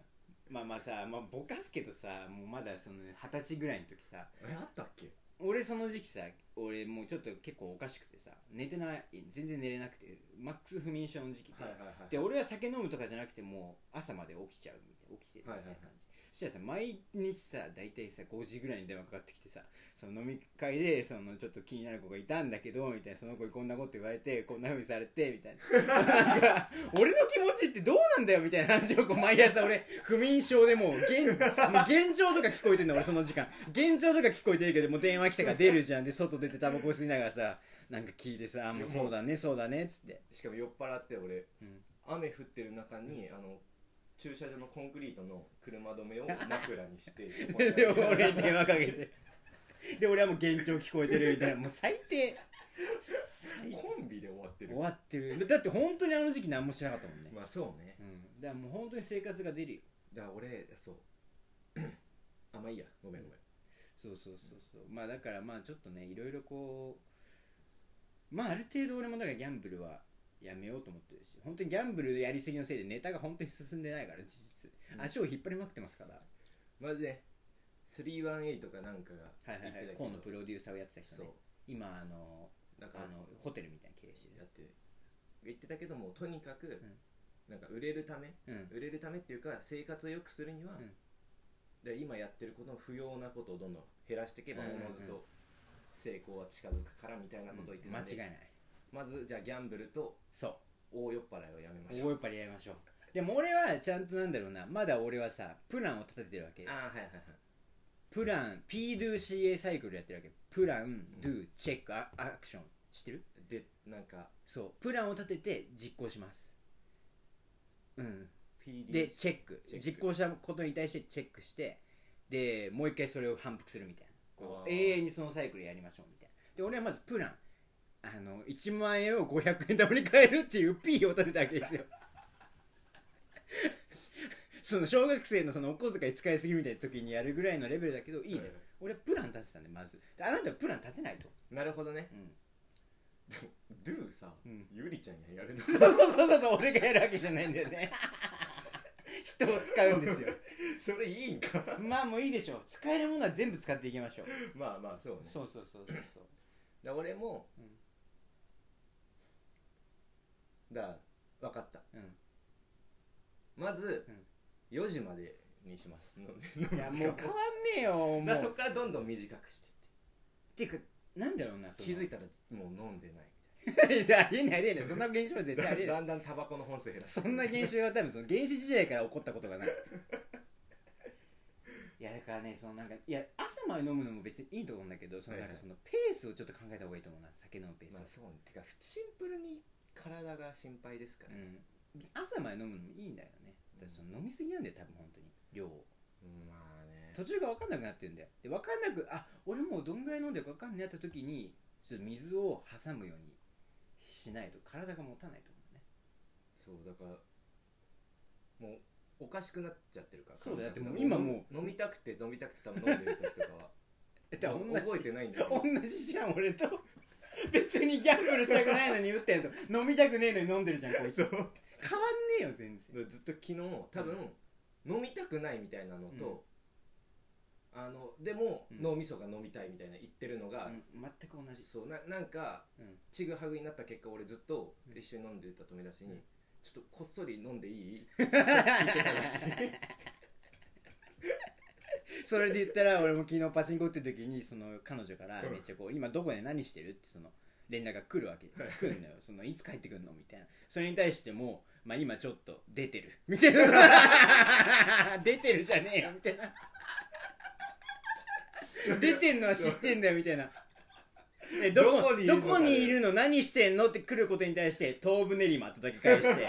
S1: まあまあさ、まあ、ぼかすけどさもうまだその二十歳ぐらいの時さ
S2: えあったっけ
S1: 俺その時期さ俺もうちょっと結構おかしくてさ寝てない全然寝れなくてマックス不眠症の時期で、
S2: はいは
S1: で俺は酒飲むとかじゃなくてもう朝まで起きちゃうみたいな起きてるみたいな感じ、そしたらさ毎日さ大体さ5時ぐらいに電話かかってきてさその飲み会でそのちょっと気になる子がいたんだけどみたいなその子にこんなこと言われてこんなふうにされてみたいななんか俺の気持ちってどうなんだよみたいな話をこう毎朝俺不眠症でもう現もう現状とか聞こえてんの俺その時間現状とか聞こえてるけどもう電話来たから出るじゃんで外出てタバコ吸いながらさなんか聞いてさ「あもうそうだねそうだね」っつって、
S2: しかも酔っ払って俺
S1: うん
S2: 雨降ってる中にあの駐車場のコンクリートの車 止めを枕にして
S1: で俺に
S2: で
S1: 電話かけてで俺はもう幻聴聞こえてるみたいなもう最低最低
S2: コンビで終わってる
S1: 終わってるだって本当にあの時期何もしてなかったもんね、
S2: まあそうね
S1: うん、だからもう本当に生活が出るよ
S2: だから俺そう あまあいいやごめんごめん
S1: そうそうそうそうまあだからまあちょっとねいろいろこうまあある程度俺もだからギャンブルはやめようと思ってるし本当にギャンブルやりすぎのせいでネタが本当に進んでないから事実
S2: うん
S1: 足を引っ張りまくってますから
S2: まずね318かなんかが
S1: はいはいはい
S2: ど
S1: 河野プロデューサーをやってた人
S2: そ
S1: ね
S2: う
S1: 今あの
S2: なんか
S1: あのホテルみたいな経営して
S2: やって言ってたけどもとにかく、
S1: ん
S2: なんか売れるため
S1: るうん
S2: 売れるためっていうか生活を良くするには、
S1: うん
S2: で今やってることの不要なことをどんどん減らしていけば
S1: うん
S2: お
S1: うんうん
S2: のずと成功は近づくからみたいなことを言ってた
S1: 間
S2: んで、
S1: 違いない
S2: まずじゃあギャンブルと
S1: そう
S2: 大酔っ払いをやめましょ
S1: 大
S2: う
S1: やっぱりやりましょうでも俺はちゃんとなんだろうなまだ俺はさプランを立ててるわけ
S2: ああはいはいはい
S1: プラン PDOCA サイクルやってるわけプラン、ドゥチェックアアクションしてる
S2: でなんか
S1: そうプランを立てて実行しますうんで
S2: PD
S1: チェック
S2: チェック
S1: 実行したことに対してチェックしてでもう一回それを反復するみたいなこ
S2: あ
S1: う
S2: ー
S1: 永遠にそのサイクルやりましょうみたいなで俺はまずプランあの1万円を500円玉に変えるっていう P を立てたわけですよ その小学生のそのお小遣い使いすぎみたいな時にやるぐらいのレベルだけどいいね、
S2: はいはい
S1: 俺はプラン立てたんでまずであなたはプラン立てないと、
S2: なるほどね
S1: うん、
S2: ドゥさ、
S1: うん
S2: ゆりちゃんややる の
S1: そうそうそうそうそう俺がやるわけじゃないんだよね 人を使うんですよ
S2: それいいんか
S1: まあもういいでしょう使えるものは全部使っていきましょう
S2: まあまあそうね
S1: そうそうそうそうそう
S2: だ俺も、
S1: うん
S2: だ分かった
S1: う
S2: まず
S1: うん、
S2: 4時までにします飲む飲
S1: ん、
S2: む
S1: いやもう変
S2: 時間
S1: わんねえよもう
S2: だからそこからどんどん短くして
S1: ていうかなんだろうなその
S2: 気づい
S1: い
S2: たらもう飲んでない
S1: たありえないありえないそんな現象は
S2: み
S1: 絶
S2: た
S1: 対
S2: いな
S1: ありえ
S2: だ
S1: ない
S2: だんだんタバコの本数減らす
S1: そんな現象は多分その原始時代から起こったことがないいやだからねそのなんかいや朝まで飲むのも別にいいと思うんだけどその
S2: は
S1: ないん
S2: は
S1: かそ
S2: い
S1: のペースをちょっと考えた方がいいと思うな酒飲むペースを、
S2: まあそうねてかシンプルに体が心配ですから、
S1: うん、朝まで飲むのもいいんだよねだってその飲みすぎなんだよ多分本当に量を
S2: まあね
S1: 途中が分かんなくなってるんだよで分かんなくあ俺もうどんぐらい飲んでるか分かんないって時にちょっと水を挟むようにしないと体が持たないと思うね
S2: そうだからもうおかしくなっちゃってるから
S1: そうだよ
S2: 体が
S1: だってもう今もう
S2: 飲みたくて飲みたくて多分飲んでる時とかは
S1: えだから同じ
S2: 覚えてないん だよ
S1: 同じじゃん俺と 別にギャンブルしたくないのに打ってんと飲みたくねえのに飲んでるじゃんこいつ
S2: そ
S1: 変
S2: う
S1: わんねえよ全然
S2: ずっと昨日多分、飲みたくないみたいなのと、あのでも、
S1: うん
S2: 脳みそが飲みたいみたいな言ってるのが、
S1: うん全く同じ
S2: そうななんか
S1: うん
S2: ちぐはぐになった結果俺ずっと一緒に飲んでた友達に、
S1: うん
S2: ちょっとこっそり飲んでいいって聞いてたらしい
S1: それで言ったら俺も昨日パチンコ打ってる時にその彼女から
S2: うん
S1: めっちゃこう「今どこで何してる?」ってその連絡が来るわけ来るんだよそのいつ帰ってくるのみたいなそれに対しても「まあ、今ちょっと出てる」 みたいな「 出てるじゃねえよ」みたい な「出てんのは知ってんだよ」みたいな。えどこ
S2: どこにいるの
S1: どこにいるの何してんのって来ることに対して東武練馬とだけ返して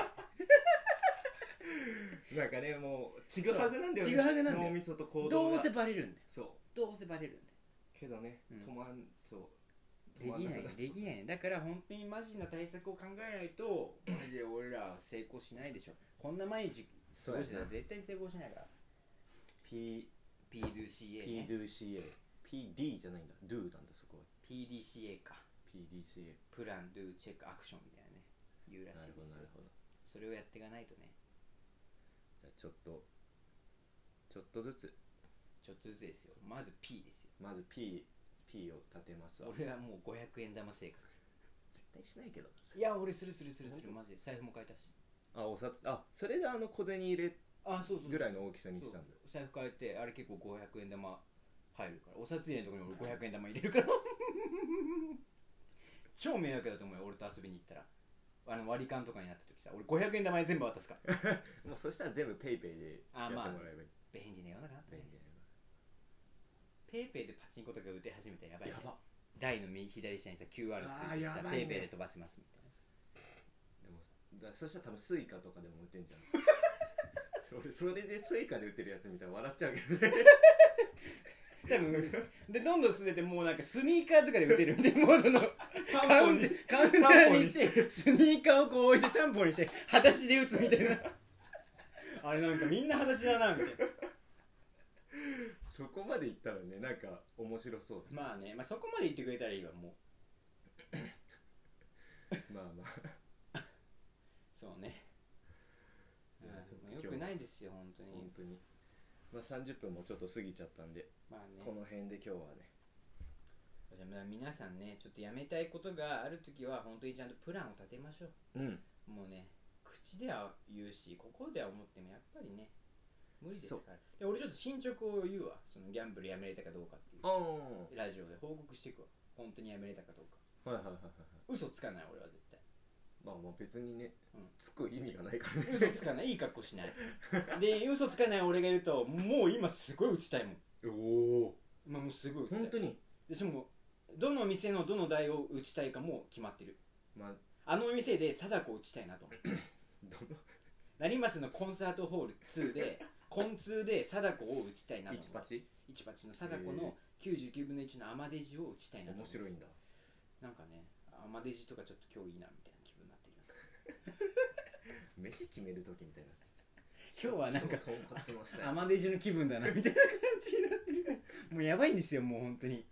S2: なんかねもうちぐはぐなんだよね
S1: ちぐはぐなんだよ
S2: 脳みそと 行動
S1: ど
S2: が
S1: うせバレるんだよ
S2: そう
S1: どうせバレるんだよ
S2: けどね、
S1: うん
S2: 止まんそう
S1: でき
S2: 止まん
S1: ない
S2: くっちゃ
S1: できないねだから本当にマジな対策を考えない とマジで俺らは成功しないでしょこんな毎日過ごしてたら絶対成功しないから
S2: P
S1: PDCA ね
S2: PDCA PD じゃないんだ Do なんだそこは
S1: PDCA か
S2: PDCA
S1: プランドゥチェックアクションみたいなね言うらしいですよ
S2: ほど
S1: それをやっていかないとね
S2: じゃあちょっとちょっとずつ
S1: ちょっとずつですよまず P ですよ
S2: まず P, P を立てますわ
S1: 俺はもう500円玉生活
S2: 絶対しないけど
S1: いや俺するするするする
S2: 本
S1: マジで財布も変えたし
S2: あお札あそれであの小銭入れ
S1: あそうそうそう
S2: ぐらいの大きさにしたんだ
S1: そう財布変えてあれ結構500円玉入るからお札入れのところに俺500円玉入れるから 超迷惑だと思うよ俺と遊びに行ったらあの割り勘とかになった時さ俺500円玉に全部渡すから
S2: もうそしたら全部ペイペイでや
S1: あ
S2: っても
S1: まあ
S2: らえばいい
S1: 便利な世の中になった
S2: 便
S1: ね
S2: 利だ
S1: ペイペイでパチンコとか打て始めたらやばい、
S2: よ
S1: ね
S2: な、ば
S1: 台の右左下にさ QR つ
S2: あ
S1: い
S2: ー
S1: て
S2: や
S1: さ、
S2: ばい
S1: ペイペイ
S2: ね
S1: で飛ばせますみたいな
S2: でもだそしたら多分スイカとかでも売ってんじ ゃんそれそれでスイカで売ってるやつ見たら笑っちゃうけどね
S1: 多分でどんどんすねてもうなんかスニーカーとかで打てるんでもうそのカウンターカウンターに行ってスニーカーをこう置いてタンポンにして裸足で打つみたいなあれなんかみんな裸足だなみたい
S2: そこまで行ったらねなんか面白そう
S1: なまあね、まあ、そこまで言ってくれたらいいわもう
S2: だまあまあ
S1: そうね
S2: いやちょっと
S1: よくないですよ本当に
S2: 本当にまあ、30分もちょっと過ぎちゃったんで、
S1: まあね
S2: この辺で今日はね
S1: じゃあまあ皆さんねちょっとやめたいことがある時は本当にちゃんとプランを立てましょ
S2: うん
S1: うもうね口では言うしここでは思ってもやっぱりね無理です
S2: そう
S1: からで俺ちょっと進捗を言うわそのギャンブルやめれたかどうかっていう
S2: ああ
S1: ラジオで報告していくわ本当にやめれたかどうか
S2: はいはいはいはいはい
S1: 嘘つかない俺は絶対
S2: まあまあ別にね、
S1: うん
S2: つく意味がないからね
S1: 嘘つかないいい格好しないで嘘つかない俺がいるともう今すごい打ちたいもん
S2: おお
S1: まあもうすごい打ちたい
S2: 本当に
S1: でしかもどの店のどの台を打ちたいかもう決まってる
S2: まあ
S1: あの店で貞子を打ちたいなと思う
S2: ど
S1: 成増のコンサートホール2でコン2で貞子を打ちたいな
S2: の
S1: と
S2: 一
S1: 思
S2: パ
S1: う
S2: チ
S1: 1パチの貞子の99分の1のアマデジを打ちたいなと思
S2: 面
S1: う
S2: 白いんだ
S1: なんかねアマデジとかちょっと今日いいなみたいな気分になってる
S2: 飯決める時みたいな
S1: 今日は なんか
S2: 豚骨の下
S1: アマデジの気分だなみたいな感じになってるからもうやばいんですよもう本当に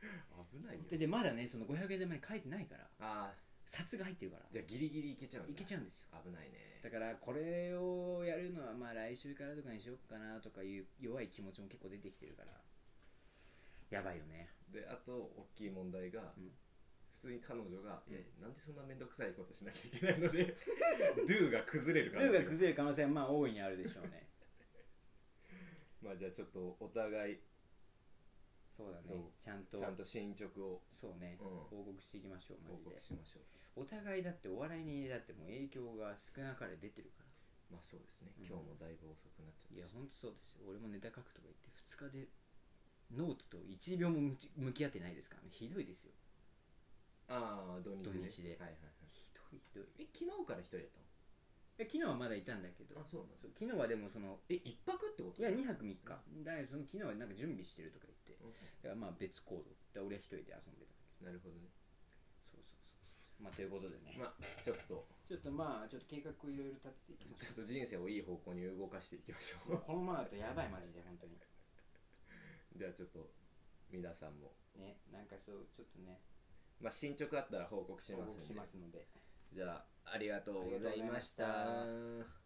S2: 危ないよ
S1: ででまだねその500円玉に書いてないから
S2: ああ
S1: 札が入ってるから
S2: じゃあギリギリいけちゃうんだ
S1: いけちゃうんですよ
S2: 危ないね
S1: だからこれをやるのはまあ来週からとかにしようかなとかいう弱い気持ちも結構出てきてるからやばいよね
S2: であと大きい問題が、
S1: うん
S2: 普通に彼女が、
S1: うん
S2: いやなんでそんな面倒くさいことしなきゃいけない のでドゥが崩れる
S1: ル
S2: 可能
S1: ーが
S2: 性が
S1: 崩れる可能性はまあ大いにあるでしょうね
S2: まあじゃあちょっとお互い
S1: そうだね
S2: そう
S1: ちゃんと
S2: ちゃんと進捗を
S1: そうね、
S2: うん
S1: 報告していきましょうマ
S2: 報
S1: ジで
S2: 告しましょう
S1: お互いだってお笑いにだってもう影響が少なから出てるから
S2: まあそうですね、
S1: うん
S2: 今日もだいぶ遅くなっちゃったし
S1: いやほんとそうですよ俺もネタ書くとか言って2日でノートと1秒も向ち向き合ってないですからねひどいですよ
S2: ああ土日で
S1: 土日で
S2: はいはいはい
S1: ひどいひどい
S2: え昨日から一人やっ
S1: え昨日はまだいたんだけど
S2: たのあそうなんだ
S1: そう昨日はでもその
S2: え一泊ってこと
S1: いや2泊3日だからその昨日はなんか準備してるとか言って
S2: う
S1: だからまあ別行動で俺は一人で遊んでた
S2: んなるほどね
S1: そうそうそうまあということでね、
S2: まあちょっと
S1: ちょっとまあちょっと計画をいろいろ立てていきま
S2: ち
S1: し
S2: ょっと人生をいい方向に動かしていきまし
S1: ょう
S2: ょ
S1: このままだとやばいマジで本当に
S2: うではちょっと皆さんも、
S1: ねなんかそうちょっとね
S2: まあ、進捗あったら報告し
S1: 報
S2: ますん
S1: 告
S2: で
S1: しますので
S2: じゃあありがとうございまし
S1: ありがとう
S2: た。